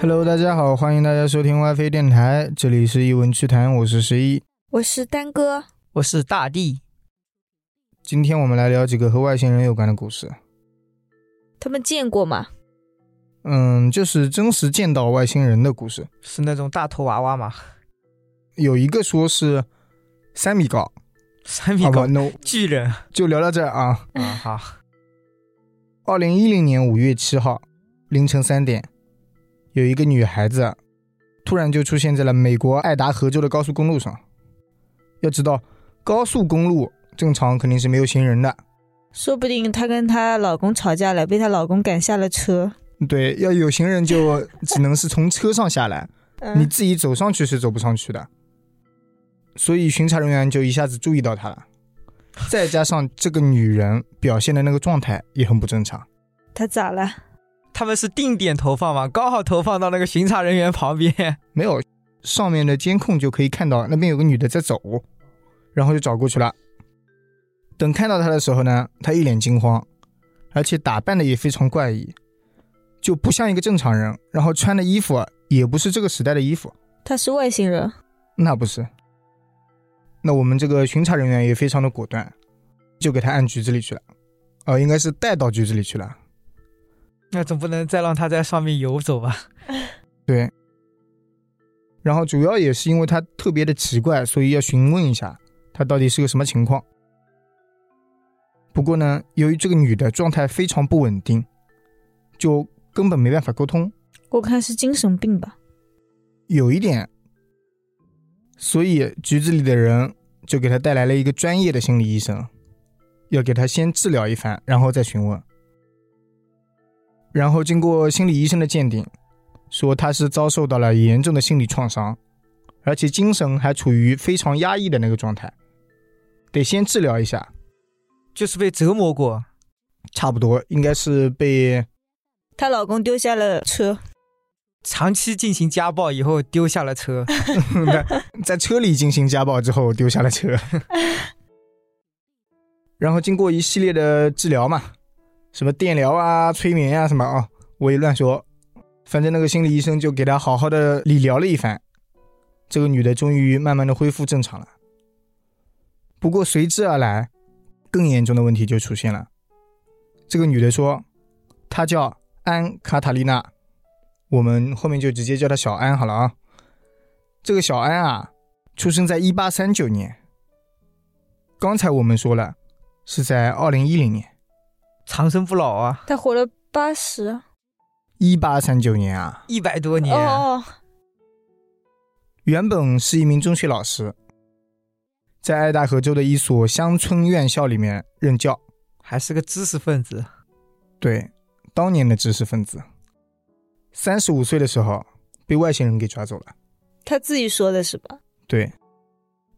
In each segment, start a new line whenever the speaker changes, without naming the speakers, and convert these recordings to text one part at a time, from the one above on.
Hello，大家好，欢迎大家收听 WiFi 电台，这里是一文趣谈，我是十一。
我是丹哥，
我是大地。
今天我们来聊几个和外星人有关的故事。
他们见过吗？
嗯，就是真实见到外星人的故事，
是那种大头娃娃吗？
有一个说是三米高，
三米
啊
高、
不，no，
巨人
就聊到这儿啊。
嗯
啊！好，
二零一零年五月七号凌晨三点，有一个女孩子啊突然就出现在了美国爱达荷州的高速公路上。要知道，高速公路正常肯定是没有行人的，
说不定她跟她老公吵架了，被她老公赶下了车。
对，要有行人就只能是从车上下来，你
嗯，
自己走上去是走不上去的。所以巡查人员就一下子注意到她了，再加上这个女人表现的那个状态也很不正常。
她咋了？
他们是定点投放吗？刚好投放到那个巡查人员旁边。
没有，上面的监控就可以看到那边有个女的在走，然后就找过去了。等看到她的时候呢，她一脸惊慌，而且打扮的也非常怪异，就不像一个正常人。然后穿的衣服啊也不是这个时代的衣服，
她是外星人，
那不是。那我们这个巡查人员也非常的果断，就给她按局子里去了，哦、应该是带到局子里去了。
那总不能再让他在上面游走吧？
对。然后主要也是因为他特别的奇怪，所以要询问一下他到底是个什么情况。不过呢，由于这个女的状态非常不稳定，就根本没办法沟通，
我看是精神病吧。
有一点，所以局子里的人就给他带来了一个专业的心理医生，要给他先治疗一番，然后再询问。然后经过心理医生的鉴定，说他是遭受到了严重的心理创伤，而且精神还处于非常压抑的那个状态，得先治疗一下。
就是被折磨过。
差不多应该是被
她老公丢下了车，
长期进行家暴以后丢下了车，
在车里进行家暴之后丢下了车， 然后经过一系列的治疗嘛，什么电疗啊、催眠啊什么啊，我也乱说，反正那个心理医生就给她好好的理疗了一番，这个女的终于慢慢的恢复正常了。不过随之而来，更严重的问题就出现了。这个女的说，她叫安卡塔丽娜，我们后面就直接叫她小安好了啊。这个小安啊，出生在一八三九年。刚才我们说了，是在二零一零年，
长生不老啊，
她活了八十。
一八三九年啊，
一百多年。
哦，
原本是一名中学老师，在爱达荷州的一所乡村院校里面任教。
还是个知识分子，
对，当年的知识分子，三十五岁的时候被外星人给抓走了。
她自己说的是吧？
对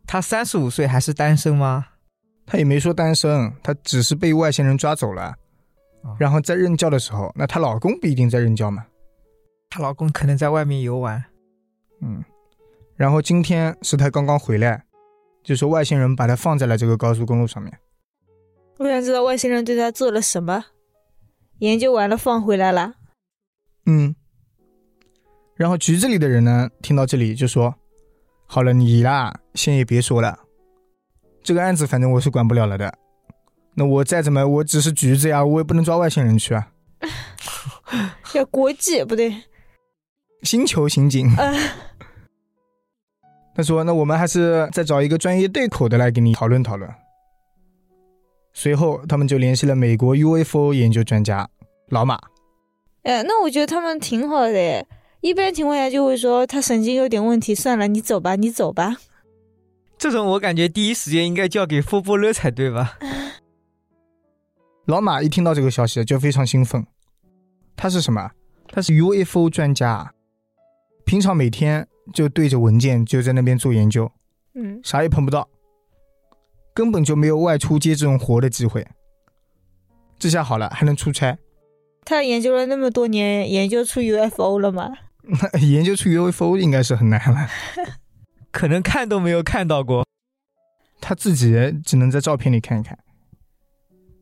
他三十五岁还是单身吗？
他也没说单身，他只是被外星人抓走了。然后在任教的时候，那她老公不一定在任教嘛。
她老公可能在外面游玩，
嗯，然后今天是他刚刚回来，就说外星人把他放在了这个高速公路上面。
我想知道外星人对她做了什么。研究完了放回来了，
嗯，然后局子里的人呢，听到这里就说：“好了，你啦，先也别说了，这个案子反正我是管不了了的。那我再怎么，我只是局子呀，我也不能抓外星人去啊。
要国际不对，
星球刑警，
呃，
他说：“那我们还是再找一个专业对口的来给你讨论讨论。”随后，他们就联系了美国 UFO 研究专家老马。
哎，那我觉得他们挺好的诶。一般情况下就会说她神经有点问题，算了，你走吧，你走吧。
这种我感觉第一时间应该交给波波勒才对吧？
老马一听到这个消息就非常兴奋。他是什么？啊他是 UFO 专家，啊平常每天就对着文件就在那边做研究，
嗯，
啥也碰不到，根本就没有外出接这种活的机会。这下好了，还能出差，
他研究了那么多年，研究出 UFO 了吗？
研究出 UFO 应该是很难了。
可能看都没有看到过。
他自己只能在照片里看一看，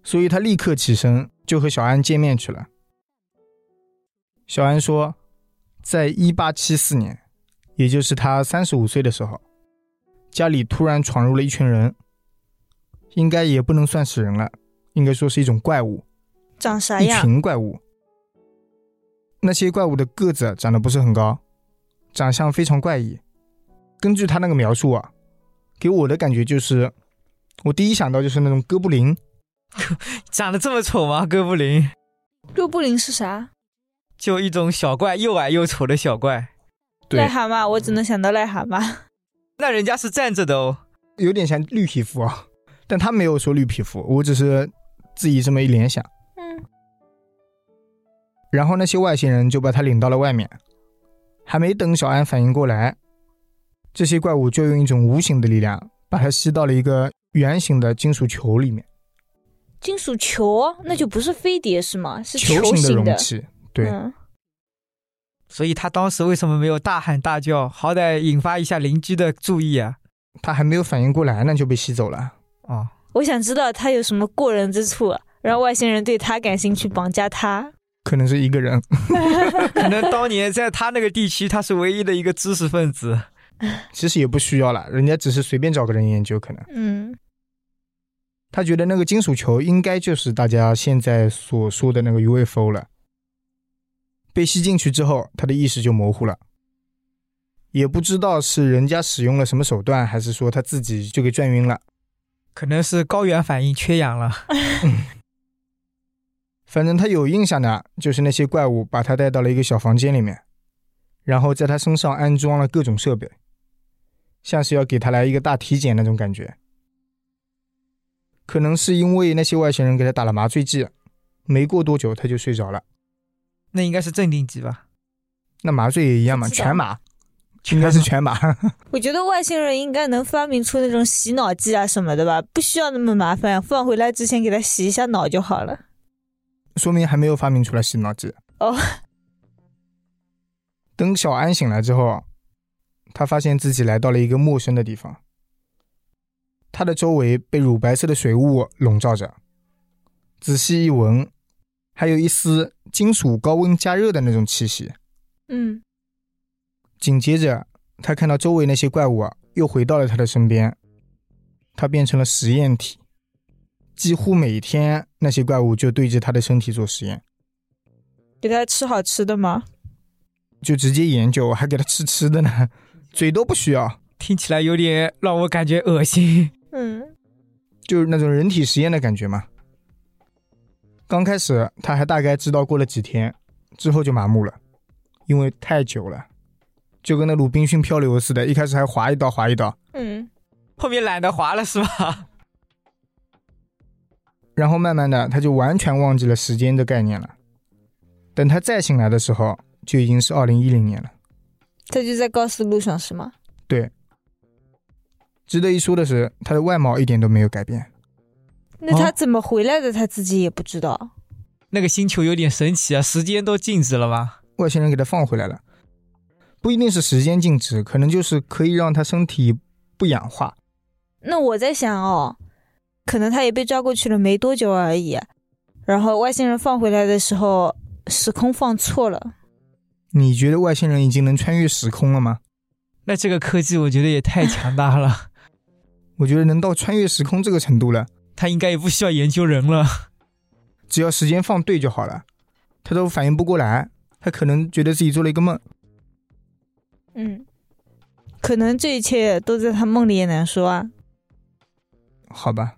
所以他立刻起身就和小安见面去了。小安说：“在一八七四年，也就是他三十五岁的时候，家里突然闯入了一群人，应该也不能算是人了，应该说是一种怪物，
长啥
一
样？
群怪物。那些怪物的个子长得不是很高，长相非常怪异。根据他那个描述啊，给我的感觉就是，我第一想到就是那种哥布林，
长得这么丑吗？哥布林
哥布林是啥？
就一种小怪，又矮又丑的小怪。
对
癞蛤蟆，我只能想到癞蛤蟆。
那人家是站着的哦，
有点像绿皮肤啊，但他没有说绿皮肤，我只是自己这么一联想。
嗯，
然后那些外星人就把他领到了外面。还没等小安反应过来，这些怪物就用一种无形的力量把他吸到了一个圆形的金属球里面，
金属球，那就不是飞碟是吗？是
球
形
形
的
容器。对，
嗯
所以他当时为什么没有大喊大叫，好歹引发一下邻居的注意啊？
他还没有反应过来呢，就被吸走了。
哦，
我想知道他有什么过人之处、啊，让外星人对他感兴趣，绑架他。
可能是一个人，
可能当年在他那个地区，他是唯一的一个知识分子。
其实也不需要了，人家只是随便找个人研究，可能
嗯，
他觉得那个金属球应该就是大家现在所说的那个 UFO 了。被吸进去之后，他的意识就模糊了，也不知道是人家使用了什么手段，还是说他自己就给转晕了。
可能是高原反应缺氧了，
反正他有印象的，就是那些怪物把他带到了一个小房间里面，然后在他身上安装了各种设备，像是要给他来一个大体检那种感觉。可能是因为那些外星人给他打了麻醉剂，没过多久他就睡着了。
那应该是镇定剂吧？
那麻醉也一样嘛，
不知道
全麻，应该是全麻。
我觉得外星人应该能发明出那种洗脑剂啊什么的吧，不需要那么麻烦，放回来之前给他洗一下脑就好了。
说明还没有发明出来洗脑剂。
哦，
等小安醒来之后，他发现自己来到了一个陌生的地方，他的周围被乳白色的水雾笼罩着，仔细一闻，还有一丝金属高温加热的那种气息。
嗯，
紧接着，他看到周围那些怪物啊，又回到了他的身边。他变成了实验体，几乎每天那些怪物就对着他的身体做实验，
给他吃好吃的吗？
就直接研究，还给他吃吃的呢，嘴都不需要，
听起来有点让我感觉恶心。
嗯，
就是那种人体实验的感觉嘛。刚开始他还大概知道过了几天，之后就麻木了，因为太久了，就跟那鲁滨逊漂流似的，一开始还划一刀划一刀，
嗯，
后面懒得滑了是吧？
然后慢慢的，他就完全忘记了时间的概念了。等他再醒来的时候，就已经是二零一零年了。
他就在高速路上是吗？
值得一说的是，他的外貌一点都没有改变，
那他
哦
怎么回来的，他自己也不知道。
那个星球有点神奇啊，时间都静止了吗？
外星人给他放回来了。不一定是时间静止，可能就是可以让他身体不氧化。
那我在想哦，可能他也被抓过去了没多久而已，然后外星人放回来的时候时空放错了。
你觉得外星人已经能穿越时空了吗？
那这个科技我觉得也太强大了，
我觉得能到穿越时空这个程度了，
他应该也不需要研究人了。
只要时间放对就好了。他都反应不过来，他可能觉得自己做了一个梦。
嗯，可能这一切都在他梦里也难说啊。
好吧。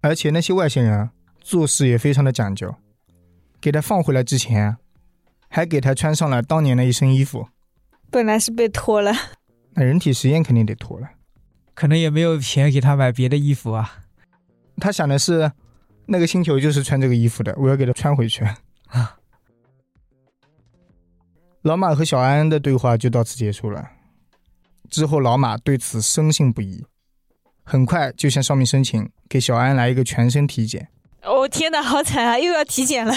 而且那些外星人啊做事也非常的讲究，给他放回来之前啊，还给他穿上了当年的一身衣服。
本来是被拖了，
那人体实验肯定得脱了。
可能也没有钱给他买别的衣服啊。
他想的是，那个星球就是穿这个衣服的，我要给他穿回去。老马和小安的对话就到此结束了。之后，老马对此深信不疑，很快就向上面申请给小安来一个全身体检。
哦天哪，好惨啊，又要体检了。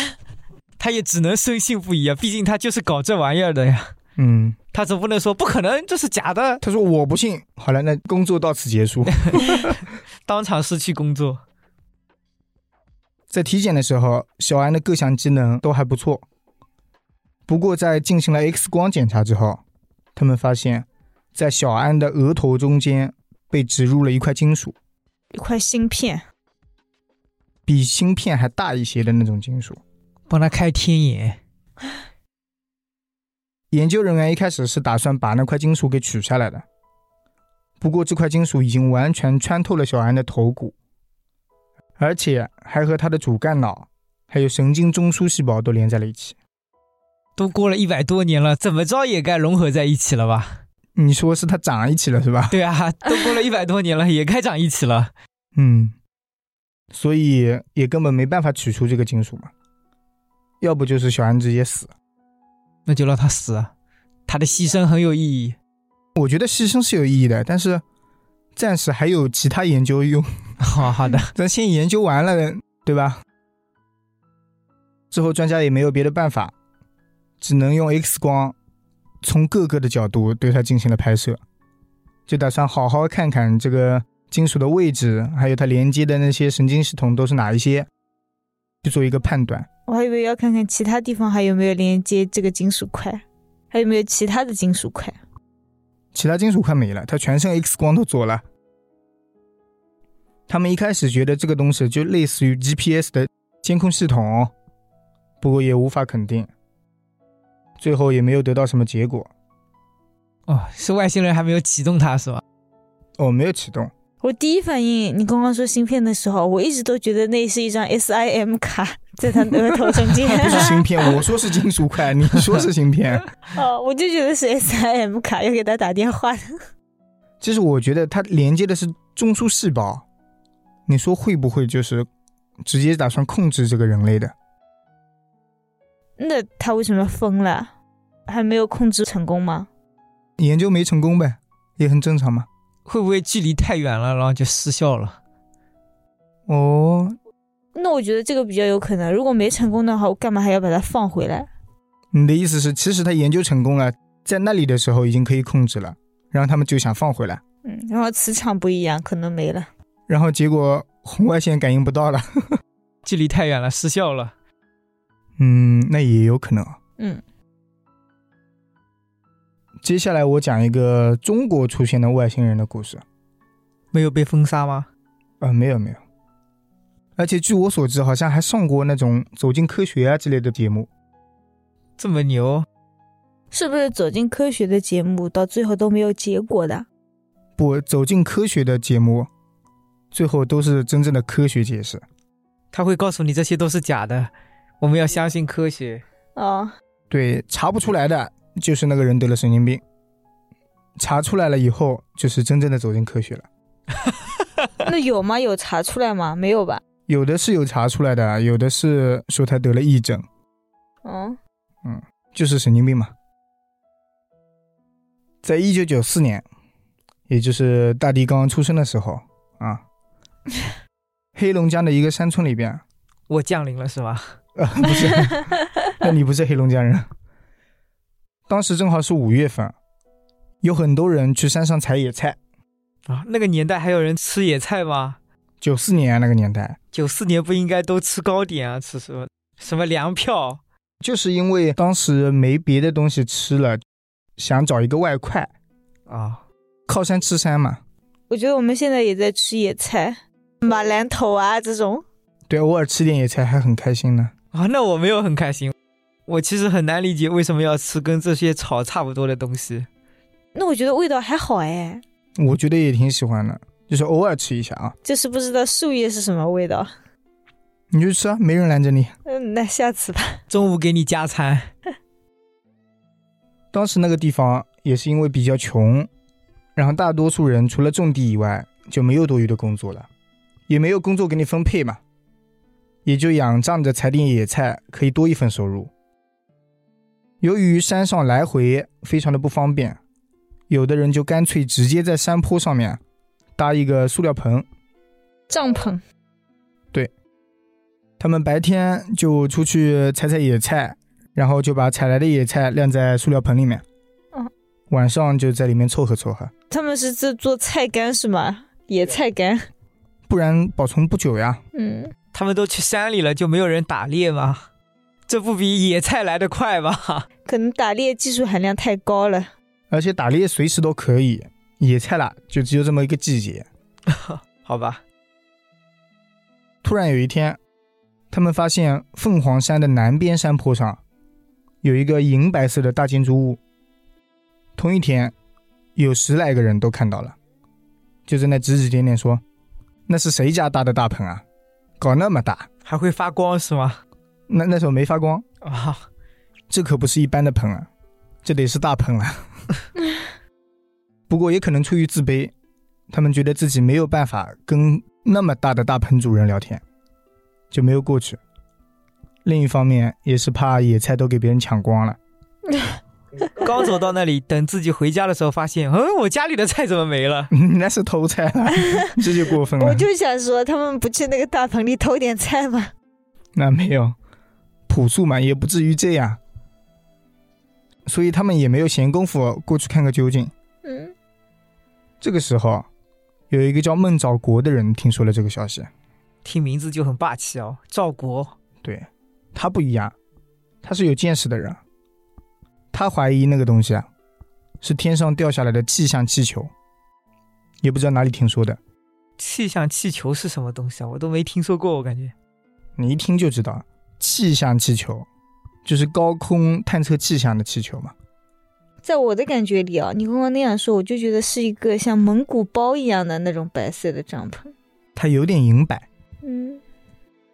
他也只能深信不疑啊，毕竟他就是搞这玩意儿的呀。
嗯，
他总不能说不可能，这是假的，
他说我不信。好了，那工作到此结束。
当场失去工作。
在体检的时候，小安的各项机能都还不错，不过在进行了 X 光检查之后，他们发现，在小安的额头中间被植入了一块金属，
一块芯片，
比芯片还大一些的那种金属。
帮他开天眼，
研究人员一开始是打算把那块金属给取下来的，不过这块金属已经完全穿透了小安的头骨，而且还和他的主干脑还有神经中枢细胞都连在了一起。
都过了一百多年了，怎么着也该融合在一起了吧？
你说是它长一起了是吧？
对啊，都过了一百多年了，也该长一起了。
嗯，所以也根本没办法取出这个金属嘛，要不就是小安直接死。
那就让他死啊，他的牺牲很有意义。
我觉得牺牲是有意义的，但是暂时还有其他研究用，
好好的，
咱先研究完了，对吧？之后专家也没有别的办法，只能用 X 光从各个的角度对它进行了拍摄，就打算好好看看这个金属的位置，还有它连接的那些神经系统都是哪一些，去做一个判断。
我还以为要看看其他地方还有没有连接这个金属块，还有没有其他的金属块。
其他金属快没了，他全身 X 光都做了。他们一开始觉得这个东西就类似于 GPS 的监控系统，哦不过也无法肯定，最后也没有得到什么结果。
哦，是外星人还没有启动它是吧？
哦，没有启动，
我第一反应，你刚刚说芯片的时候，我一直都觉得那是一张 SIM 卡在他额头中 间，
不是芯片，我说是金属块，你说是芯片。
哦，我就觉得是 SIM 卡要给他打电话的。
其实我觉得它连接的是中枢细胞，你说会不会就是直接打算控制这个人类的？
那他为什么疯了？还没有控制成功吗？
研究没成功呗，也很正常嘛。
会不会距离太远了，然后就失效了？
哦，
那我觉得这个比较有可能。如果没成功的话，我干嘛还要把它放回来？
你的意思是，其实他研究成功了，在那里的时候已经可以控制了，然后他们就想放回来，
嗯，然后磁场不一样，可能没了。
然后结果红外线感应不到了。
距离太远了，失效了。
嗯，那也有可能。
嗯，
接下来我讲一个中国出现的外星人的故事。
没有被封杀吗？
啊，没有没有。而且据我所知，好像还上过那种《走进科学》啊之类的节目。
这么牛？
是不是走进科学的节目到最后都没有结果的？
不，《走进科学》的节目，最后都是真正的科学解释。
他会告诉你这些都是假的，我们要相信科学。
哦，
对，查不出来的就是那个人得了神经病，查出来了以后，就是真正的走进科学了。
那有吗？有查出来吗？没有吧？
有的是有查出来的，啊有的是说他得了癔症，哦
嗯，
就是神经病嘛。在一九九四年，也就是大地刚刚出生的时候啊，黑龙江的一个山村里边，
我降临了是吧？
呃，不是，那你不是黑龙江人。当时正好是五月份，有很多人去山上采野菜。
啊，那个年代还有人吃野菜吗？
九四年、啊、那个年代，
九四年不应该都吃糕点啊，吃什么什么粮票？
就是因为当时没别的东西吃了，想找一个外快，
啊，
靠山吃山嘛。
我觉得我们现在也在吃野菜，马兰头啊这种。
对，偶尔吃点野菜还很开心呢。
啊，那我没有很开心。我其实很难理解为什么要吃跟这些草差不多的东西。
那我觉得味道还好哎，
我觉得也挺喜欢的，就是偶尔吃一下啊，
就是不知道树叶是什么味道。
你就吃啊，没人拦着你。
嗯，那下次吧。
中午给你加餐，
当时那个地方也是因为比较穷，然后大多数人除了种地以外就没有多余的工作了，也没有工作给你分配嘛，也就仰仗着采点野菜可以多一份收入。由于山上来回非常的不方便，有的人就干脆直接在山坡上面搭一个塑料棚，
帐篷，
他们白天就出去采采野菜，然后就把采来的野菜晾在塑料盆里面，
嗯，
晚上就在里面凑合凑合，
他们是在做菜干是吗？野菜干。
不然保存不久呀。
嗯，
他们都去山里了，就没有人打猎吗？这不比野菜来得快吧？
可能打猎技术含量太高了。
而且打猎随时都可以，野菜啦，就只有这么一个季节。
好吧，
突然有一天，他们发现凤凰山的南边山坡上有一个银白色的大建筑物。同一天，有十来个人都看到了，就在那指指点点说：“那是谁家搭的大棚啊？搞那么大
还会发光是吗？！”
那那时候没发光，
啊，
这可不是一般的棚啊，这得是大棚啊。 不过也可能出于自卑，他们觉得自己没有办法跟那么大的大棚主人聊天，就没有过去。另一方面也是怕野菜都给别人抢光了，
刚走到那里，等自己回家的时候，发现，嗯，我家里的菜怎么没了？
那是偷菜 了，这就过分了
我。就想说，他们不去那个大棚里偷点菜吗？
那没有，朴素嘛，也不至于这样。所以他们也没有闲工夫过去看个究竟。
嗯，
这个时候，有一个叫孟兆国的人听说了这个消息，
听名字就很霸气哦，赵国。
对他不一样，他是有见识的人。他怀疑那个东西啊，是天上掉下来的气象气球，也不知道哪里听说的。
气象气球是什么东西啊？我都没听说过，我感觉。
你一听就知道，气象气球就是高空探测气象的气球嘛。
在我的感觉里啊，你刚刚那样说，我就觉得是一个像蒙古包一样的那种白色的帐篷。
它有点银白，
嗯，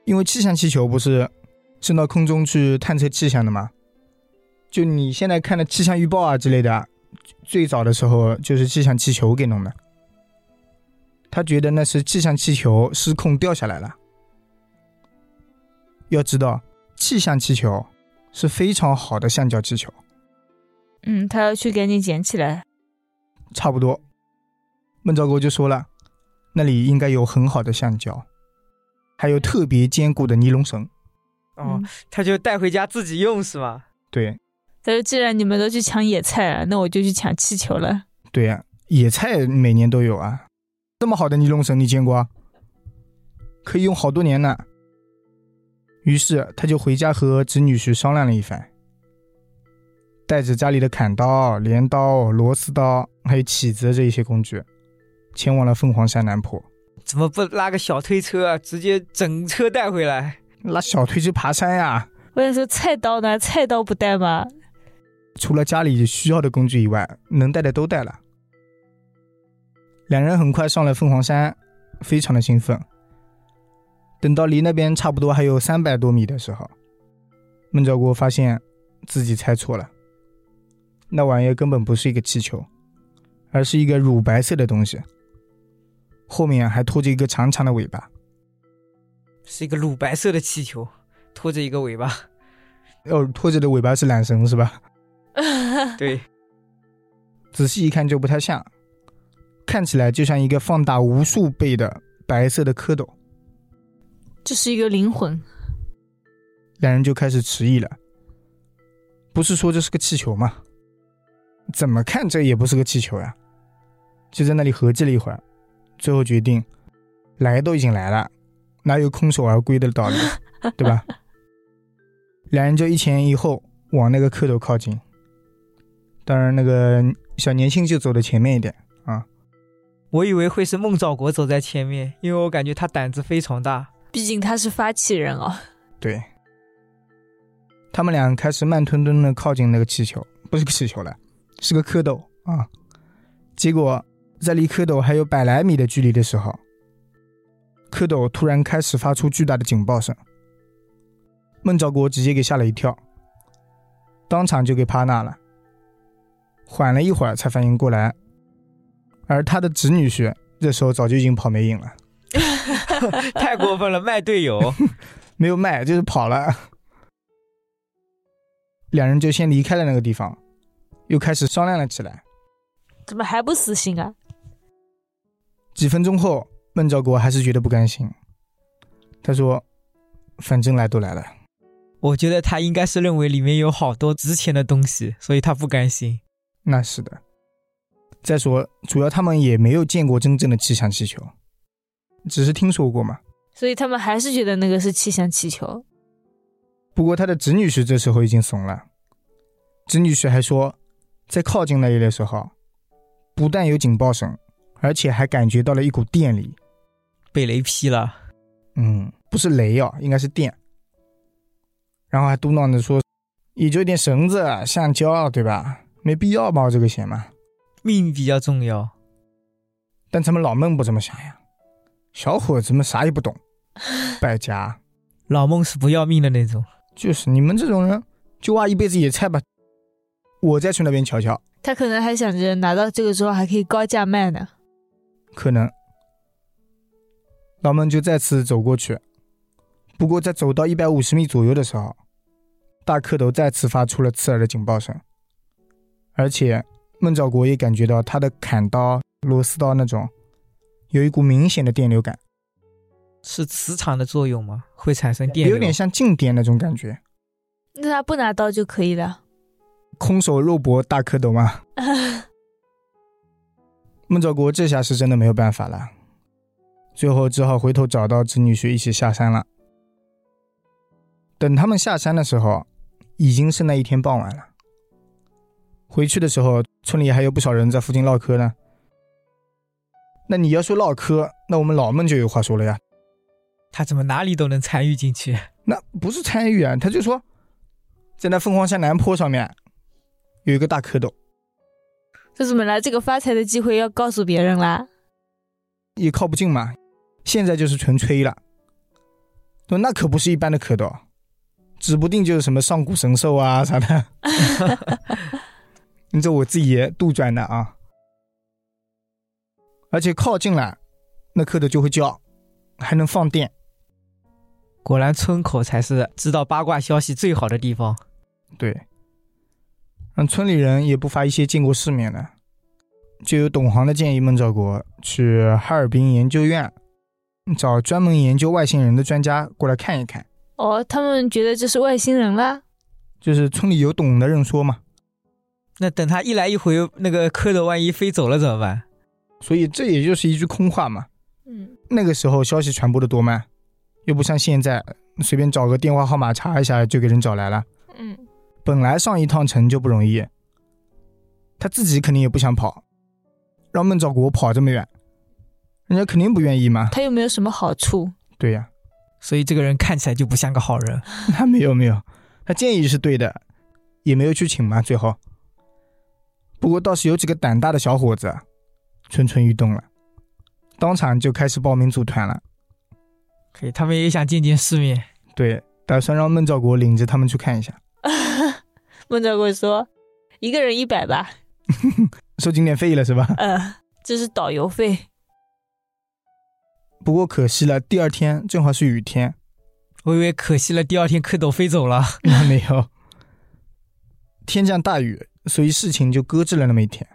因为气象气球不是升到空中去探测气象的吗？就你现在看的气象预报啊之类的啊，最早的时候就是气象气球给弄的。他觉得那是气象气球失控掉下来了。要知道，气象气球是非常好的橡胶气球，
嗯，他要去赶紧捡起来。
差不多。孟兆国就说了，那里应该有很好的橡胶，还有特别坚固的尼龙绳。
哦，
嗯
他就带回家自己用是吗？
对，
他说：“既然你们都去抢野菜了，那我就去抢气球了。
对呀、野菜每年都有啊。这么好的尼龙绳你见过啊？可以用好多年呢。于是他就回家和侄女婿商量了一番，带着家里的砍刀、镰刀、螺丝刀还有起子这一些工具，前往了凤凰山南坡，
怎么不拉个小推车啊？直接整车带回来？
拉小推去爬山呀、”
我想说，菜刀呢？菜刀不带 吗？
除了家里需要的工具以外，能带的都带了。两人很快上了凤凰山，非常的兴奋。等到离那边差不多还有三百多米的时候，孟兆国发现自己猜错了，那玩意儿根本不是一个气球，而是一个乳白色的东西，后面还拖着一个长长的尾巴。
是一个乳白色的气球，拖着一个尾巴。
哦，拖着的尾巴是缆绳是吧？
对，
仔细一看就不太像，看起来就像一个放大无数倍的白色的蝌蚪。
这是一个灵魂。
两人就开始迟疑了。不是说这是个气球吗？怎么看这也不是个气球呀、就在那里合计了一会儿，最后决定，来都已经来了，哪有空手而归的道理，对吧？两人就一前一后往那个蝌蚪靠近。当然，那个小年轻就走的前面一点啊。
我以为会是孟兆国走在前面，因为我感觉他胆子非常大。
毕竟他是发起人 哦。
对，他们俩开始慢吞吞的靠近那个气球，不是个气球了，是个蝌蚪啊。结果在离蝌蚪还有百来米的距离的时候，蝌蚪突然开始发出巨大的警报声，孟兆国直接给吓了一跳，当场就给趴那了。缓了一会儿才反应过来，而他的侄女婿这时候早就已经跑没影了。
太过分了，卖队友。
没有卖，就是跑了。两人就先离开了那个地方，又开始商量了起来。
怎么还不死心啊？
几分钟后，孟兆国还是觉得不甘心，他说：“反正来都来了，
我觉得他应该是认为里面有好多值钱的东西，所以他不甘心。
那是的。再说，主要他们也没有见过真正的气象气球，只是听说过嘛。
所以他们还是觉得那个是气象气球。
不过他的侄女婿这时候已经怂了，侄女婿还说，在靠近那里的时候，不但有警报声，而且还感觉到了一股电力。
被雷劈了，
嗯，不是雷哦，应该是电。然后还嘟囔着说，也就一点绳子、啊橡胶，对吧？没必要冒这个险嘛。
命比较重要。
但他们老孟不这么想呀，小伙子们啥也不懂，败家，
老孟是不要命的那种，
就是你们这种人，就挖一辈子野菜吧。我再去那边瞧瞧，
他可能还想着拿到这个之后还可以高价卖呢。
可能。老孟就再次走过去，不过在走到一百五十米左右的时候，大蝌蚪再次发出了刺耳的警报声，而且孟兆国也感觉到他的砍刀、螺丝刀那种有一股明显的电流感，
是磁场的作用吗？会产生电流？
有点像静电那种感觉。
那他不拿刀就可以 了。
空手肉搏大蝌蚪嘛。孟兆国这下是真的没有办法了，最后只好回头找到侄女婿一起下山了。等他们下山的时候，已经是那一天傍晚了。回去的时候，村里还有不少人在附近唠嗑呢。那你要说唠嗑，那我们老孟就有话说了呀。
他怎么哪里都能参与进去？
那不是参与啊，他就说，在那凤凰山南坡上面有一个大蝌蚪，
这怎么拿这个发财的机会要告诉别人啦？
也靠不近嘛。现在就是纯吹了，对，那可不是一般的蝌蚪，指不定就是什么上古神兽啊啥的。 你这我自己也杜撰的啊。而且靠近了，那蝌蚪就会叫，还能放电。
果然村口才是知道八卦消息最好的地方。
对，嗯，村里人也不乏一些见过世面的，就有懂行的建议孟兆国去哈尔滨研究院找专门研究外星人的专家过来看一看，
哦，他们觉得这是外星人啦。
就是村里有懂的人说嘛，
那等他一来一回，那个蝌蚪万一飞走了怎么办？
所以这也就是一句空话嘛。
嗯，
那个时候消息传播的多慢，又不像现在随便找个电话号码查一下就给人找来了。
嗯，
本来上一趟城就不容易，他自己肯定也不想跑，让孟兆国跑这么远，人家肯定不愿意嘛。
他又没有什么好处。
对呀、
所以这个人看起来就不像个好人。
他没有没有，他建议是对的，也没有去请嘛。最后，不过倒是有几个胆大的小伙子蠢蠢欲动了，当场就开始报名组团了。
可以，他们也想见见世面。
对，打算让孟兆国领着他们去看一下。
孟兆国说：“一个人一百吧，
收景点费了是吧？
呃，这是导游费。
不过可惜了，第二天正好是雨天，
我以为可惜了，第二天蝌蚪飞走了。
那没有。天降大雨，所以事情就搁置了那么一天。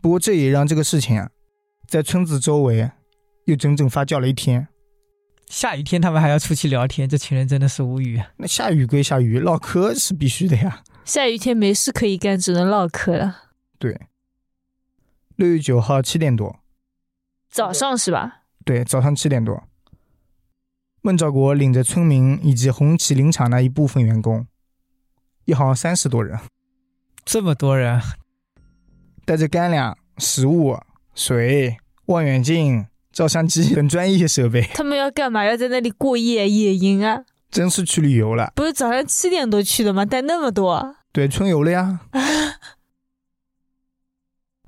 不过这也让这个事情啊，在村子周围又整整发酵了一天。
下雨天他们还要出去聊天，这群人真的是无语。
那下雨归下雨，唠嗑是必须的呀。
下雨天没事可以干，只能唠嗑了。
对，六月九号七点多，
早上是吧？
对，早上七点多，孟兆国领着村民以及红旗林场的一部分员工，一行三十多人，
这么多人，
带着干粮、食物、水、望远镜、照相机等专业设备，
他们要干嘛？要在那里过夜野营啊？
真是去旅游了，
不是早上七点多去的吗？带那么多，啊
对，春游了呀。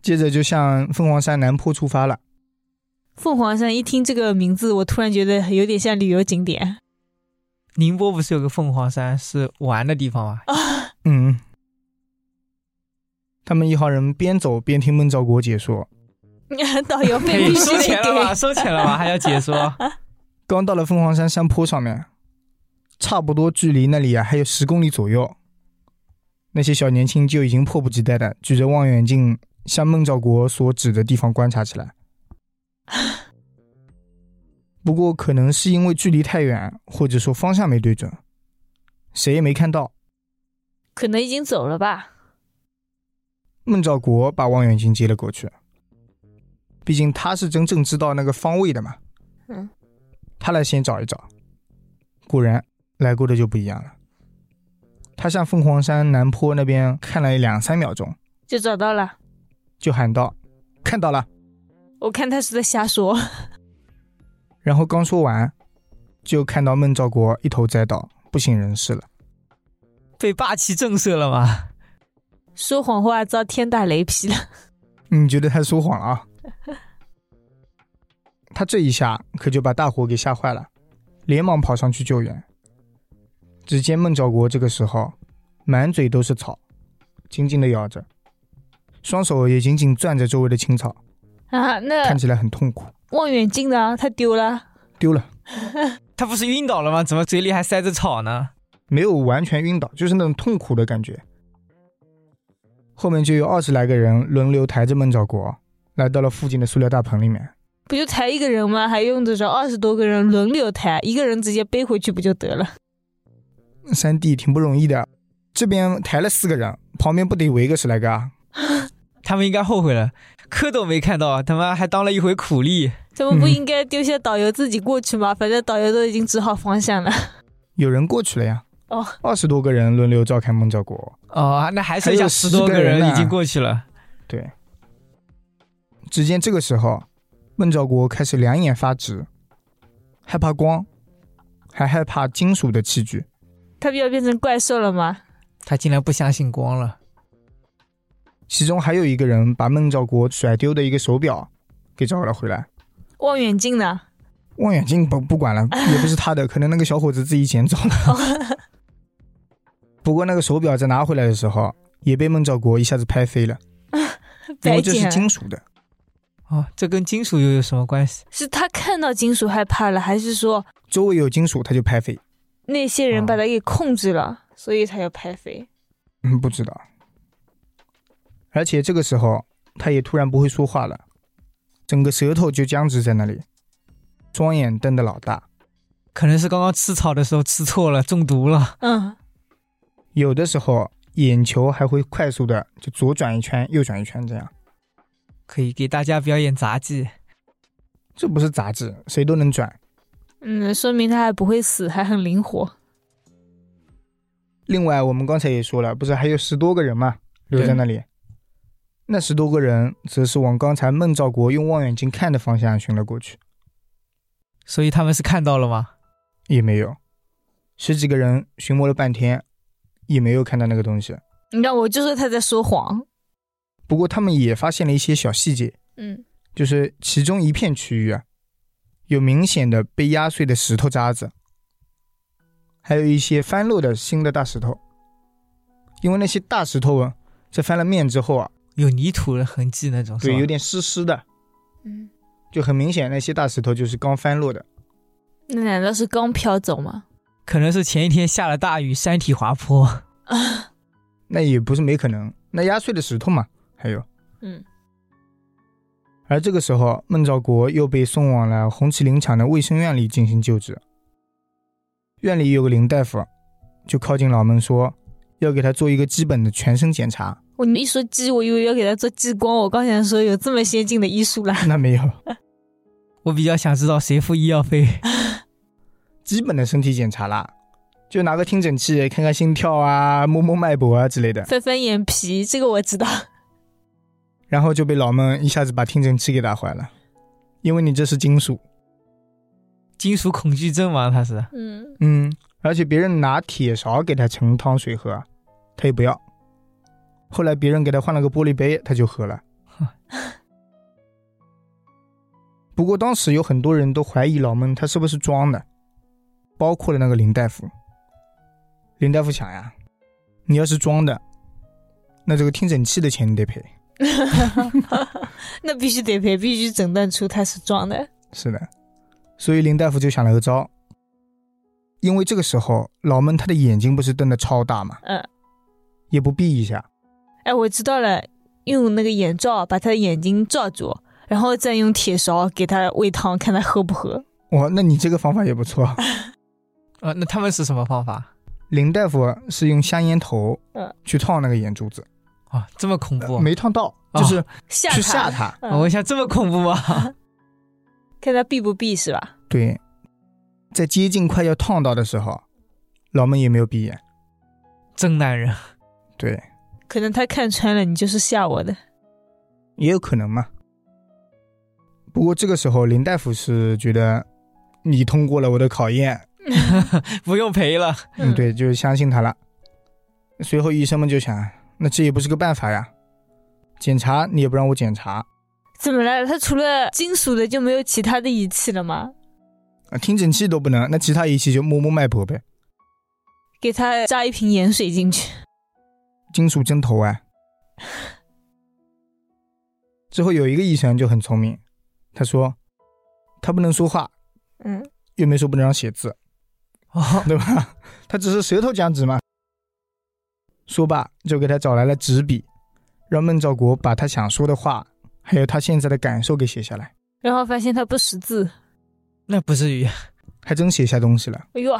接着就向凤凰山南坡出发了。
凤凰山一听这个名字，我突然觉得有点像旅游景点
宁波不是有个凤凰山是玩的地方吗？
啊。
嗯，他们一行人边走边听孟兆国解说。
导游
可
费
以
必须
收
得
钱了吧？
给。
收钱了吧？还要解说？
刚到了凤凰山山坡上面，差不多距离那里啊还有十公里左右，那些小年轻就已经迫不及待的举着望远镜向孟兆国所指的地方观察起来。不过可能是因为距离太远，或者说方向没对准，谁也没看到。
可能已经走了吧？
孟兆国把望远镜接了过去，毕竟他是真正知道那个方位的嘛。
嗯，
他来先找一找，果然来过的就不一样了。他上凤凰山南坡那边看了两三秒钟，
就找到了。
就喊道：“看到了。
我看他是在瞎说，”
然后刚说完，就看到孟兆国一头栽倒，不省人事了。
被霸气震慑了吗？
说谎话遭天打雷劈了。
你觉得他说谎了啊？他这一下可就把大伙给吓坏了，连忙跑上去救援。只见孟兆国这个时候满嘴都是草，紧紧的咬着，双手也紧紧攥着周围的青草，
啊，那
看起来很痛苦。
望远镜呢？他丢了。
丢了，
他不是晕倒了吗？怎么嘴里还塞着草呢？
没有完全晕倒，就是那种痛苦的感觉。后面就有二十来个人轮流抬着孟兆国，来到了附近的塑料大棚里面。
不就抬一个人吗？还用得着二十多个人轮流抬？一个人直接背回去不就得了？
三弟挺不容易的，这边抬了四个人，旁边不得围个十来个啊？
他们应该后悔了，课都没看到，他妈还当了一回苦力。
他们不
嗯
应该丢下导游自己过去吗？反正导游都已经指好方向了。
有人过去了呀。
哦，
二十多个人轮流照看孟兆国，
哦，那还剩
还
下
有
十
10
多个
个人
人
呢
已经过去了。
对。只见这个时候，孟兆国开始两眼发直，害怕光，还害怕金属的器具。
他不要变成怪兽了吗？
他竟然不相信光了，
其中还有一个人把孟兆国甩丢的一个手表给找了回来。
望远镜呢？
望远镜不不管了，也不是他的， 可能那个小伙子自己捡走了。不过那个手表在拿回来的时候，也被孟兆国一下子拍飞了， 因
白
为这是
捡。
金属的，
哦，这跟金属又有什么关系？
是他看到金属害怕了，还是说
周围有金属他就拍飞。
那些
啊
人把他给控制了，所以他要拍飞？
嗯，不知道。而且这个时候，他也突然不会说话了，整个舌头就僵直在那里，双眼瞪得老大，
可能是刚刚吃草的时候吃错了，中毒了。
嗯，
有的时候眼球还会快速的就左转一圈，右转一圈这样。
可以给大家表演杂技。
这不是杂志，谁都能转。
嗯，说明他还不会死，还很灵活。
另外，我们刚才也说了，不是还有十多个人嘛，留在那里。那十多个人则是往刚才孟兆国用望远镜看的方向寻了过去，
所以他们是看到了吗？
也没有。十几个人寻摸了半天，也没有看到那个东西。
你看，我就说他在说谎。
不过他们也发现了一些小细节，
嗯，
就是其中一片区域啊，有明显的被压碎的石头渣子，还有一些翻漏的新的大石头。因为那些大石头啊，在翻了面之后啊，
有泥土的痕迹那种，是
对，
吧
有点湿湿的，
嗯，
就很明显，那些大石头就是刚翻落的。
那难道是刚飘走吗？
可能是前一天下了大雨，山体滑坡。
那也不是没可能，那压碎的石头嘛，还有。
嗯，
而这个时候，孟兆国又被送往了红旗林场的卫生院里进行救治。院里有个林大夫，就靠近老孟说，要给他做一个基本的全身检查。
我你一说激，我以为要给他做激光，我刚想说有这么先进的医术 啦。
那没有，
我比较想知道谁付医药费。
基本的身体检查啦，就拿个听诊器看看心跳啊，摸摸脉搏啊之类的。
翻翻眼皮，这个我知道。
然后就被老孟一下子把听诊器给打坏了，因为你这是金属。
金属恐惧症吗？他是
嗯，
嗯，而且别人拿铁勺给他盛汤水喝，啊他也不要。后来别人给他换了个玻璃杯，他就喝了。不过当时有很多人都怀疑老孟他是不是装的，包括了那个林大夫。林大夫想呀，你要是装的，那这个听诊器的钱你得赔。
那必须得赔，必须诊断出他是装的。
是的，所以林大夫就想了个招。因为这个时候老孟他的眼睛不是瞪得超大嘛，
嗯，
也不闭一下，
哎，我知道了，用那个眼罩把他的眼睛罩住，然后再用铁勺给他喂汤，看他喝不喝。
哇，那你这个方法也不 错。啊
呃，那他们是什么方法？
林大夫是用香烟头
嗯
去烫那个眼珠子，
哦，这么恐怖？
没烫到，
哦
就是
吓
去
他，
吓他。
嗯
哦我想这么恐怖吗？
看他闭不闭是吧？
对，在接近快要烫到的时候，老孟也没有闭眼。
真男人，
对，
可能他看穿了你就是吓我的。
也有可能嘛。不过这个时候，林大夫是觉得你通过了我的考验，
不用赔了。
嗯，对，就相信他了。随后医生们就想，那这也不是个办法呀，检查你也不让我检查，
怎么了？他除了金属的就没有其他的仪器了吗？
啊听诊器都不能，那其他仪器就摸摸脉搏呗，
给他扎一瓶盐水进去。
金属针头啊。之后有一个医生就很聪明，他说他不能说话，
嗯，
又没说不能让写字，
哦，
对吧？ 他只是舌头讲纸嘛。说罢，就给他找来了纸笔，让孟兆国把他想说的话，还有他现在的感受给写下来，
然后发现他不识字，
那不至于。
还真写下东西了。
哎呦，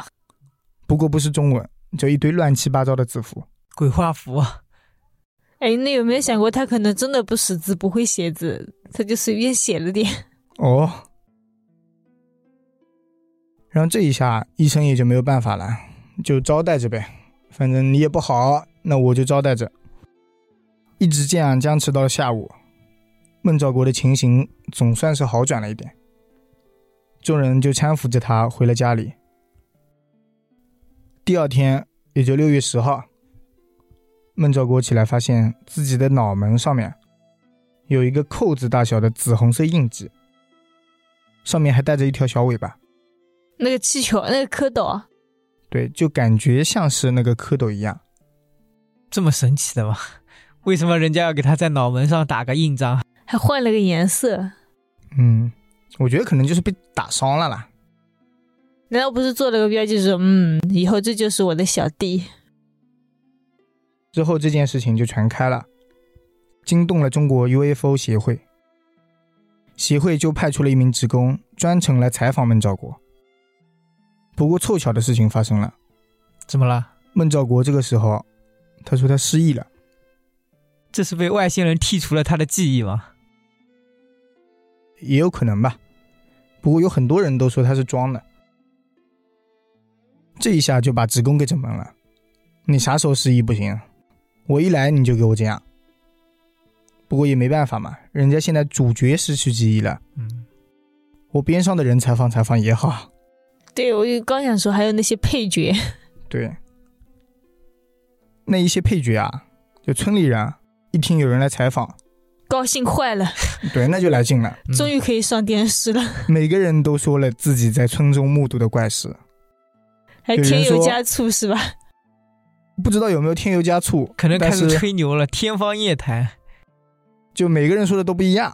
不过不是中文，就一堆乱七八糟的字符。
鬼画符，啊
哎，那有没有想过他可能真的不识字，不会写字，他就随便写了点。
哦，然后这一下医生也就没有办法了，就招待着呗，反正你也不好，那我就招待着。一直这样僵持到了下午，孟兆国的情形总算是好转了一点，众人就搀扶着他回了家里。第二天，也就六月十号，孟兆国起来发现自己的脑门上面有一个扣子大小的紫红色印记，上面还带着一条小尾巴。
那个气球，那个蝌蚪啊，
对，就感觉像是那个蝌蚪一样。
这么神奇的吗？为什么人家要给他在脑门上打个印章？
还换了个颜色。
嗯，我觉得可能就是被打伤了啦。
难道不是做了个标记说，嗯，以后这就是我的小弟？
之后这件事情就传开了，惊动了中国 UFO 协会。协会就派出了一名职工专程来采访孟兆国。不过凑巧的事情发生了，
怎么了？
孟兆国这个时候啊他说他失忆了。
这是被外星人剔除了他的记忆吗？
也有可能吧。不过有很多人都说他是装的，这一下就把职工给整懵了。你啥时候失忆不行？啊我一来你就给我这样。不过也没办法嘛，人家现在主角失去记忆了，
嗯，
我边上的人采访采访也好。
对，我就刚想说，还有那些配角，
对，那一些配角啊，就村里人啊一听有人来采访，
高兴坏了，
对，那就来劲了。
嗯
终于可以上电视了，
每个人都说了自己在村中目睹的怪事，
还
有人
添油
说
加醋是吧？
不知道有没有添油加醋，
可能开始
但是
吹牛了，天方夜谭。
就每个人说的都不一样。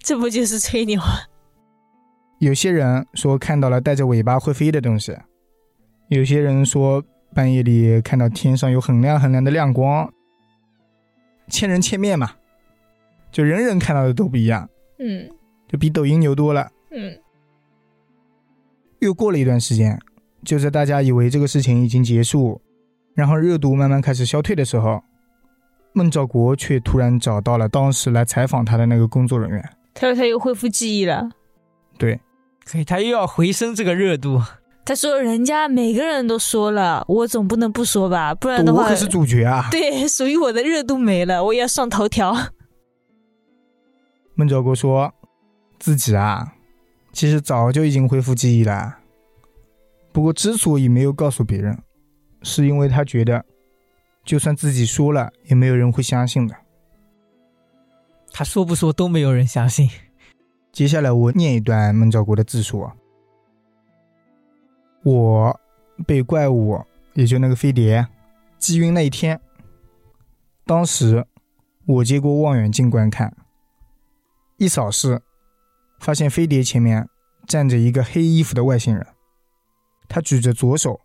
这不就是吹牛？
有些人说看到了带着尾巴会飞的东西，有些人说半夜里看到天上有很亮很亮的亮光，千人千面嘛，就人人看到的都不一样，
嗯
就比抖音牛多了。
嗯，
又过了一段时间，就在大家以为这个事情已经结束，然后热度慢慢开始消退的时候，孟兆国却突然找到了当时来采访他的那个工作人员，
他说他又恢复记忆了。
对，
可以，他又要回升这个热度。
他说人家每个人都说了，我总不能不说吧，不然的
我
话
可，是主角 啊。
对，属于我的热度没了，我也要上头条。
孟兆国说自己啊，其实早就已经恢复记忆了，不过之所以没有告诉别人，是因为他觉得，就算自己说了，也没有人会相信的。
他说不说都没有人相信。
接下来我念一段孟兆国的自述啊：我被怪物，也就那个飞碟击晕那一天，当时我接过望远镜观看，一扫视，发现飞碟前面站着一个黑衣服的外星人，他举着左手，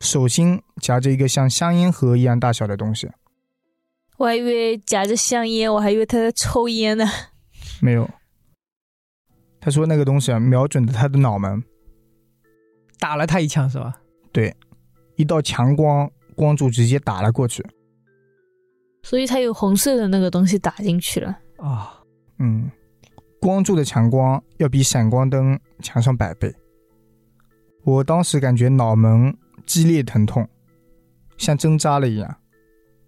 手心夹着一个像香烟盒一样大小的东西，
我还以为夹着香烟，我还以为他在抽烟呢。
没有。他说那个东西啊，瞄准着他的脑门，
打了他一枪是吧？
一道强光光柱直接打了过去。
所以他有红色的那个东西打进去了。
哦，
嗯，光柱的强光要比闪光灯强上百倍。我当时感觉脑门激烈疼痛，像针扎了一样，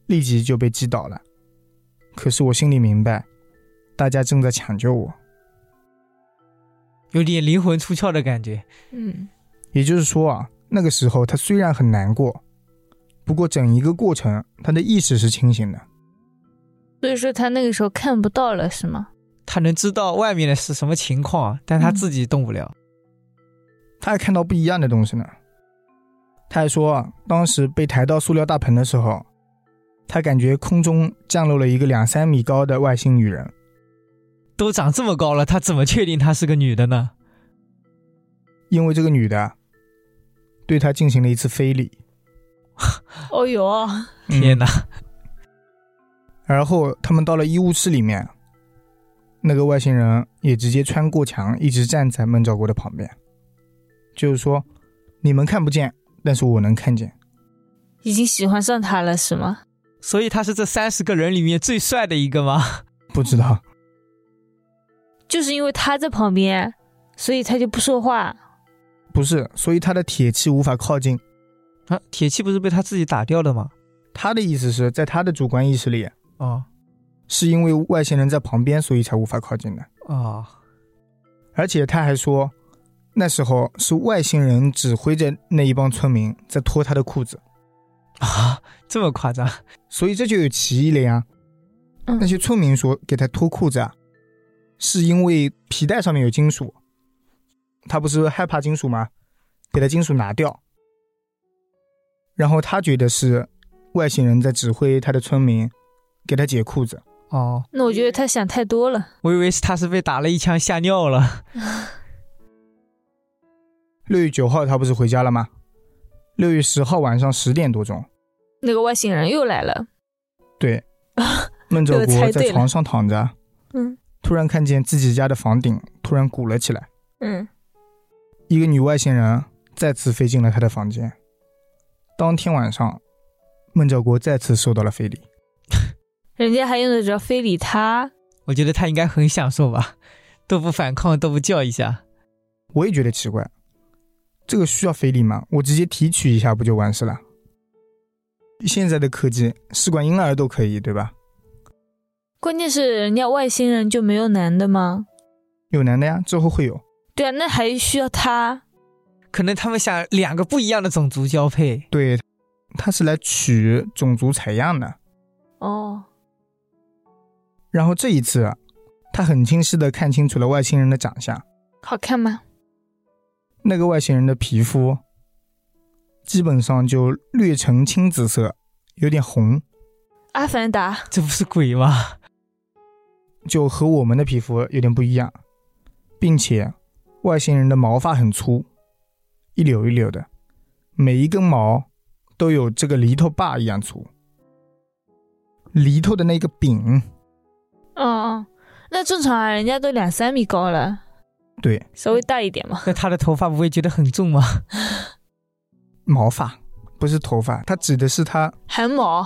立即就被击倒了。可是我心里明白，大家正在抢救我，
有点灵魂出窍的感觉。
嗯，
也就是说啊，那个时候他虽然很难过，不过整一个过程他的意识是清醒的。
所以说他那个时候看不到了，是吗？
他能知道外面的是什么情况，但他自己动不了。
他还看到不一样的东西呢。他还说啊，当时被抬到塑料大棚的时候，他感觉空中降落了一个两三米高的外星女人。
都长这么高了，他怎么确定她是个女的呢？
因为这个女的啊对他进行了一次非礼。
哦哟，
嗯
天哪！
然后他们到了医务室里面，那个外星人也直接穿过墙，一直站在孟兆国的旁边，就是说你们看不见，但是我能看见。
已经喜欢上他了，是吗？
所以他是这三十个人里面最帅的一个吗？
不知道，
就是因为他在旁边，所以他就不说话。
不是，所以他的铁器无法靠近。
啊，铁器不是被他自己打掉的吗？
他的意思是在他的主观意识里，
哦
是因为外星人在旁边，所以才无法靠近的。
哦，
而且他还说，那时候是外星人指挥着那一帮村民在脱他的裤子，
啊，这么夸张？
所以这就有歧义了呀。
嗯
那些村民说给他脱裤子啊，是因为皮带上面有金属，他不是害怕金属吗？给他金属拿掉，然后他觉得是外星人在指挥他的村民给他解裤子。
哦，
那我觉得他想太多了。
我以为是他是被打了一枪吓尿了。
六月九号他不是回家了吗？六月十号晚上十点多钟，
那个外星人又来了，
对， 孟兆
啊这个
国
猜对
在
了
床上躺着，
嗯
突然看见自己家的房顶突然鼓了起来，
嗯，
一个女外星人再次飞进了他的房间。当天晚上，孟兆国再次受到了非礼。
人家还用得着非礼他？
我觉得他应该很享受吧，都不反抗，都不叫一下。
我也觉得奇怪，这个需要非礼吗？我直接提取一下不就完事了？现在的科技，试管婴儿都可以，对吧？
关键是人家外星人就没有男的吗？
有男的呀，之后会有。
对啊，那还需要他？
可能他们想两个不一样的种族交配，
对，他是来取种族采样的。
哦，
然后这一次，啊他很清晰的看清楚了外星人的长相，
好看吗？
那个外星人的皮肤基本上就略呈青紫色，有点红，
阿凡达，
这不是鬼吗？
就和我们的皮肤有点不一样，并且外星人的毛发很粗，一绺一绺的，每一根毛都有这个犁头把一样粗，犁头的那个柄，
嗯嗯，那正常啊，人家都两三米高了，
对，
稍微大一点嘛。
那他的头发不会觉得很重吗？
毛发不是头发，它指的是它
汗毛，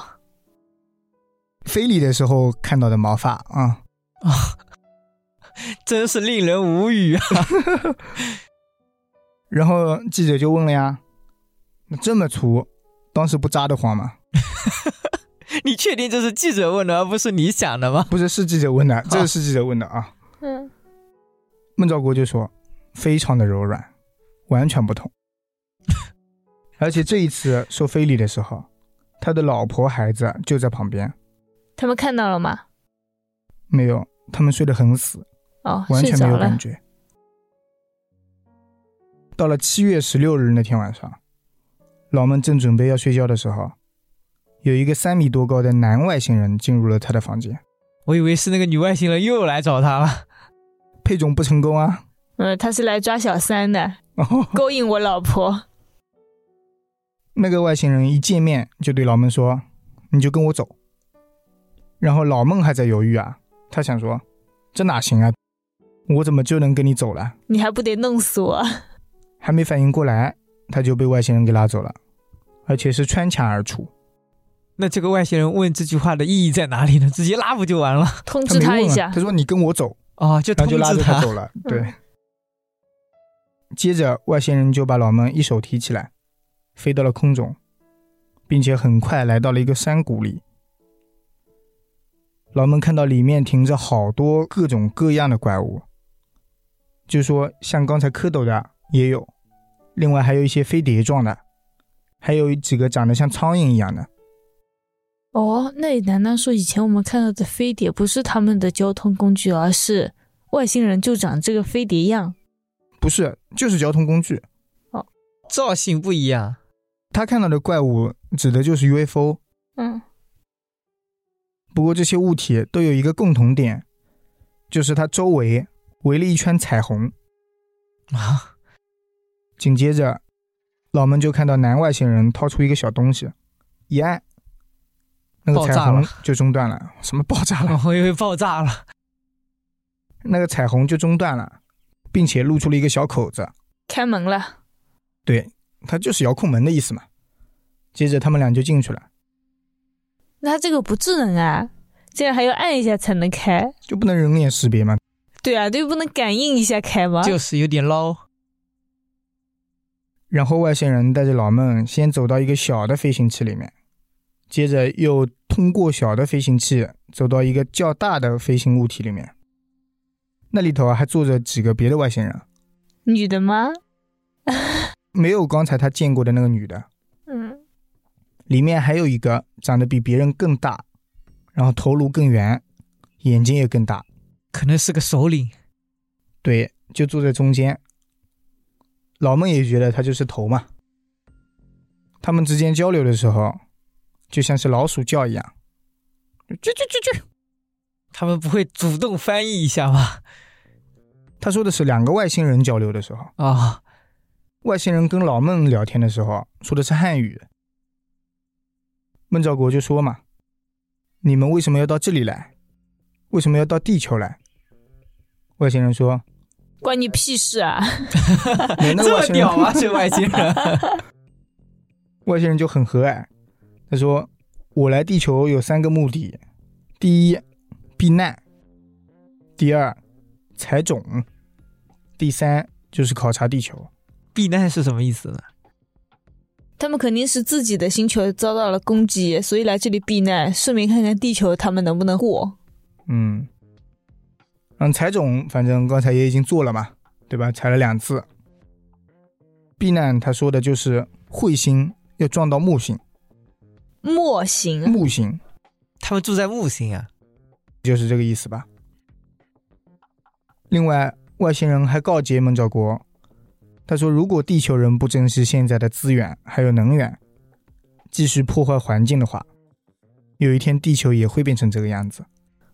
非礼的时候看到的毛发啊、
啊，真是令人无语啊！
然后记者就问了呀，那这么粗，当时不扎得慌吗？
你确定这是记者问的，而不是你想的吗？
不是，是记者问的，这个是记者问的啊。
嗯，
孟兆国就说，非常的柔软，完全不同。而且这一次受非礼的时候，他的老婆孩子就在旁边，
他们看到了吗？
没有，他们睡得很死，
哦，
完
睡
全没
着
有
了
感。觉。到了七月十六日那天晚上，老孟正准备要睡觉的时候，有一个三米多高的男外星人进入了他的房间。
我以为是那个女外星人又来找他了。
配种不成功啊！
嗯，他是来抓小三的，
哦，
勾引我老婆。
那个外星人一见面就对老孟说：“你就跟我走。”然后老孟还在犹豫啊，他想说：“这哪行啊？我怎么就能跟你走了
你还不得弄 死我？？”
还没反应过来，他就被外星人给拉走了，而且是穿墙而出。
那这个外星人问这句话的意义在哪里呢？直 接拉不就完了？
通
他
知
没
他一
问啊，
下
他。说：“你跟我走。
哦，就”
然
通
后就拉
知
着他走了。对。接着，外星人就把老门一手提起来，飞到了空中，并且很快来到了一个山谷里。老门看到里面停着好多各种各样的怪物，就说像刚才蝌蚪的也有，另外还有一些飞碟状的，还有几个长得像苍蝇一样的。
哦，那也难道说以前我们看到的飞碟不是他们的交通工具，而是外星人就长这个飞碟样？
不是，就是交通工具。
造型不一样，
他看到的怪物指的就是 UFO。
嗯，
不过这些物体都有一个共同点，就是它周围围了一圈彩虹。
啊，
紧接着，老们就看到男外星人掏出一个小东西，一按，那个
爆
彩
炸
虹
了哦
就中断了。什么爆炸了？
我以为爆炸了，
那个彩虹就中断了，并且露出了一个小口子。
开门了，
对，它就是遥控门的意思嘛。接着他们俩就进去了，
那这个不智能啊，
竟然还要按一下才能开。
就不能人脸识别嘛。
对啊，对，不能感应一下开吗？
就是有点捞。
然后外星人带着老孟先走到一个小的飞行器里面，接着又通过小的飞行器走到一个较大的飞行物体里面，那里头啊还坐着几个别的外星人，
女的吗？
没有刚才他见过的那个女的，
嗯，
里面还有一个长得比别人更大，然后头颅更圆，眼睛也更大，
可能是个首领，
对，就坐在中间。老孟也觉得他就是头嘛。他们之间交流的时候，就像是老鼠叫一样，啾啾啾啾。
他们不会主动翻译一下吧？
他说的是两个外星人交流的时候，
啊、
外星人跟老孟聊天的时候啊说的是汉语。孟兆国就说嘛：“你们为什么要到这里来？为什么要到地球来？”外星人说
关你屁事啊！：“
没那
这
外
么
星人
屌 啊，这外星人！
外星人就很和蔼，他说：“我来地球有三个目的，第一，避难；第二，采种；第三，就是考察地球。
避难是什么意思呢？
他们肯定是自己的星球遭到了攻击，所以来这里避难，顺便看看地球他们能不能过。”
嗯，嗯，采种反正刚才也已经做了嘛，对吧？采了两次。避难，他说的就是彗星要撞到木星，
莫行，
木星
他们住在木星啊，
就是这个意思吧。另外，外星人还告诫孟兆国，他说，如果地球人不珍惜现在的资源还有能源，继续破坏环境的话，有一天地球也会变成这个样子。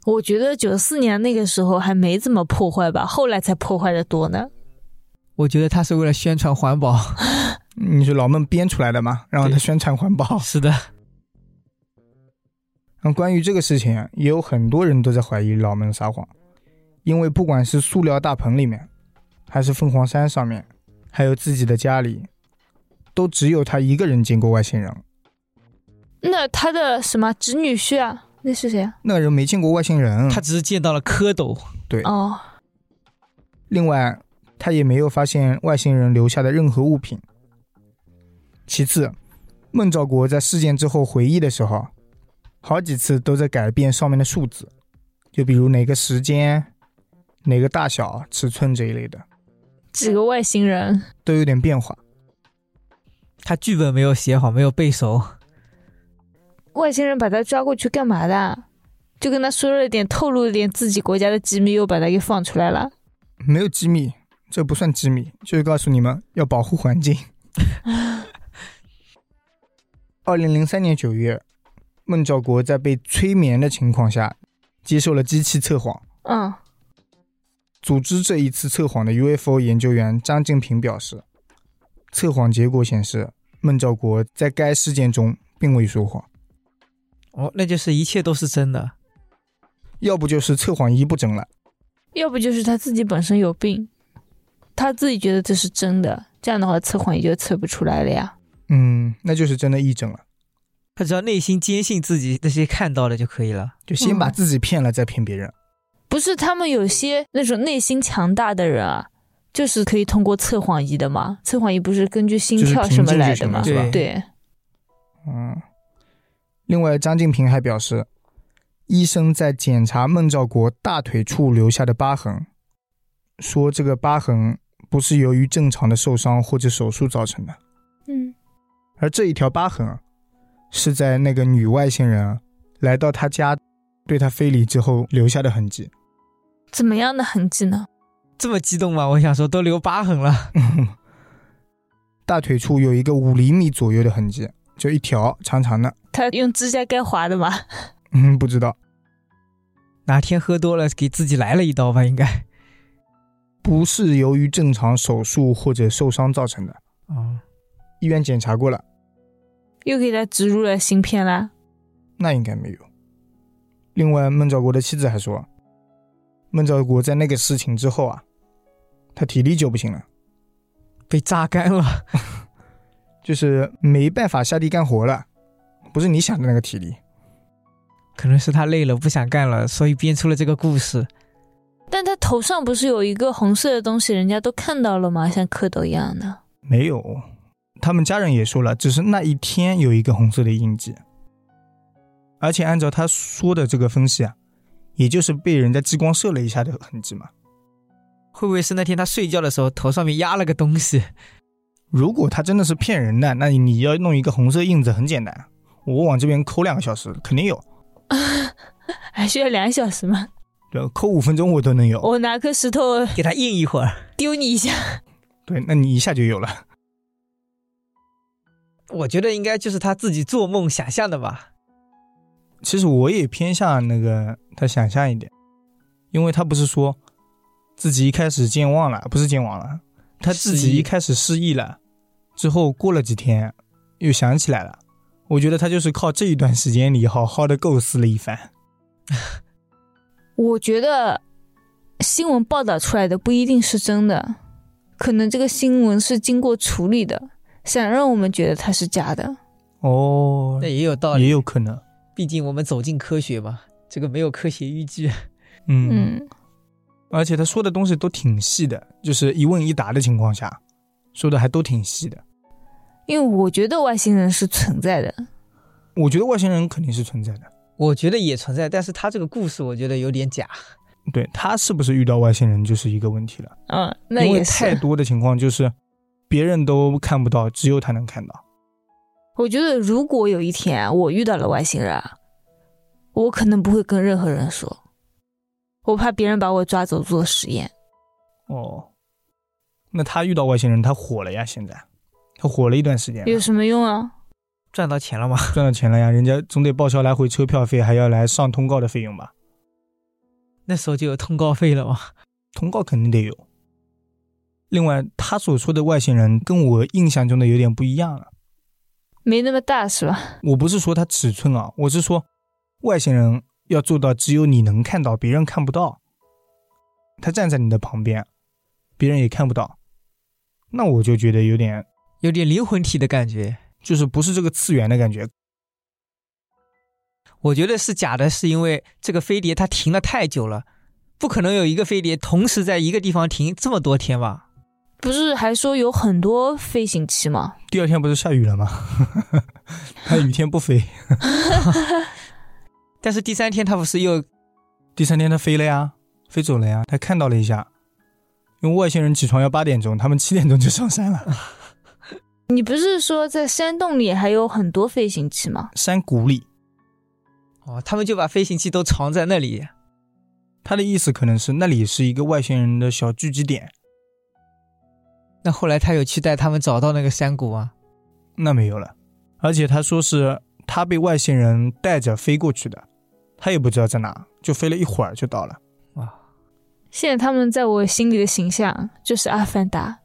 我觉得九四年那个时候还没怎么破坏吧，后来才破坏的多呢。
我觉得他是为了宣传环保。
你是老孟编出来的嘛？然后他
对
宣传环保。
是的，
那关于这个事情，啊也有很多人都在怀疑老孟撒谎，因为不管是塑料大棚里面，还是凤凰山上面，还有自己的家里，都只有他一个人见过外星人。
那他的什么侄女婿啊？那是谁啊？
那个人没见过外星人，
他只是见到了蝌蚪，
哦，
另外他也没有发现外星人留下的任何物品。其次，孟兆国在事件之后回忆的时候，好几次都在改变上面的数字，就比如哪个时间、哪个大小、尺寸这一类的，
几个外星人，
都有点变化。
他剧本没有写好，没有背熟。
外星人把他抓过去干嘛的？
啊就跟他说了点，透露了点自己国家的机密，又把他给放出来了。
没有机密，这不算机密，就是告诉你们要保护环 境。二零零三年九月，孟兆国在被催眠的情况下，接受了机器测谎。
嗯，
组织这一次测谎的 UFO 研究员张静平表示，测谎结果显示孟兆国在该事件中并未说谎，
哦，那就是一切都是真的。
要不就是测谎仪不整了。
要不就是他自己本身有病，他自己觉得这是真的，这样的话测谎也就测不出来了呀。
嗯，那就是真的癔症了，
他只要内心坚信自己那些看到的就可以了。
就先把
嗯
自己骗了，再骗别人。
不是他们有些那种内心强大的人啊，就是可以通过测谎仪的嘛。测谎仪不是根据心
就是
跳
凭
什么
证据
来
什
的
么
嘛？
是吧
对？
对，
嗯，另外，张静平还表示，医生在检查孟兆国大腿处留下的疤痕，说这个疤痕不是由于正常的受伤或者手术造成的，
嗯，
而这一条疤痕啊是在那个女外星人啊来到他家对他非礼之后留下的痕迹。
怎么样的痕迹呢？
这么激动吗？我想说都留疤痕了，
大腿处有一个五厘米左右的痕迹，就一条长长的。
他用指甲盖划的嘛？
嗯，不知道，
哪天喝多了给自己来了一刀吧？应该。
不是由于正常手术或者受伤造成的。
哦，
医院检查过了，
又给他植入了芯片啦？
那应该没有。另外，孟兆国的妻子还说，孟兆国在那个事情之后啊，他体力就不行了，
被榨干了。
就是没办法下地干活了，不是你想的那个体力。
可能是他累了，不想干了，所以编出了这个故事。
但他头上不是有一个红色的东西，人家都看到了吗？像蝌蚪一样的。
没有，他们家人也说了，只是那一天有一个红色的印记，而且按照他说的这个分析啊，也就是被人家激光射了一下的痕迹嘛。
会不会是那天他睡觉的时候头上面压了个东西？
如果他真的是骗人的，那你要弄一个红色印子很简单，啊我往这边抠两个小时肯定有，
还哎需要两小时吗？
对吧，抠五分钟我都能
哦
有。
我拿颗石头
给他印一会儿，
丢你一下。
对，那你一下就有了。
我觉得应该就是他自己做梦想象的吧。
其实我也偏向那个他想象一点，因为他不是说自己一开始健忘了，不是健忘了，他自
失
己
忆
一开始失忆了，之后过了几天又想起来了。我觉得他就是靠这一段时间里好好的构思了一番。
我觉得新闻报道出来的不一定是真的，可能这个新闻是经过处理的，想让我们觉得它是假的。
哦
那，也有道
也
理，
有可能。
毕竟我们走进科学嘛，这个没有科学依据。
嗯，
嗯，
而且他说的东西都挺细的，就是一问一答的情况下，说的还都挺细的。
因为我觉得外星人是存在的。
我觉得外星人肯定是存在的。
我觉得也存在，但是他这个故事我觉得有点假。
对他是不是遇到外星人就是一个问题了。
嗯，那
啊因为
也
太
是。
多的情况就是别人都看不到，只有他能看到。
我觉得如果有一天啊我遇到了外星人啊，我可能不会跟任何人说，我怕别人把我抓走做实验。
哦，那他遇到外星人，他火了呀！现在他火了一段时间了，
有什么用啊？
赚到钱了吗？
赚到钱了呀，人家总得报销来回车票费，还要来上通告的费用吧？
那时候就有通告费了吗？
通告肯定得有。另外，他所说的外星人跟我印象中的有点不一样了。
没那么大是吧？
我不是说他尺寸啊，我是说外星人要做到只有你能看到，别人看不到。他站在你的旁边，别人也看不到，那我就觉得有点
有点灵魂体的感觉。
就是不是这个次元的感觉。
我觉得是假的，是因为这个飞碟它停了太久了，不可能有一个飞碟同时在一个地方停这么多天吧？
不是还说有很多飞行器吗？
第二天不是下雨了吗？ 他雨天不飞，
但是第三天它不是又
第三天他飞了呀，飞走了呀。他看到了一下，因为外星人起床要八点钟，他们七点钟就上山了，
你不是说在山洞里还有很多飞行器吗？
山谷里。
哦，他们就把飞行器都藏在那里。
他的意思可能是那里是一个外星人的小聚集点，
那后来他有去带他们找到那个山谷吗？
那没有了。而且他说是他被外星人带着飞过去的，他也不知道在哪，就飞了一会儿就到了。
哇，
现在他们在我心里的形象就是《阿凡达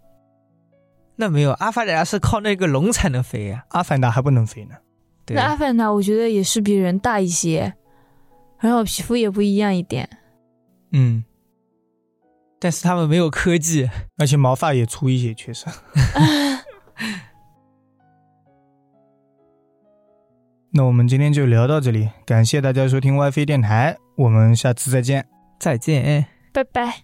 那没有，阿凡达是靠那个龙才能飞呀、
阿凡达还不能飞呢，
对》，啊
那《阿凡达》我觉得也是比人大一些，然后皮肤也不一样一点。
嗯，
但是他们没有科技。
而且毛发也粗一些，确实。那我们今天就聊到这里，感谢大家收听 WiFi 电台，我们下次再见。
再见。哎
拜拜。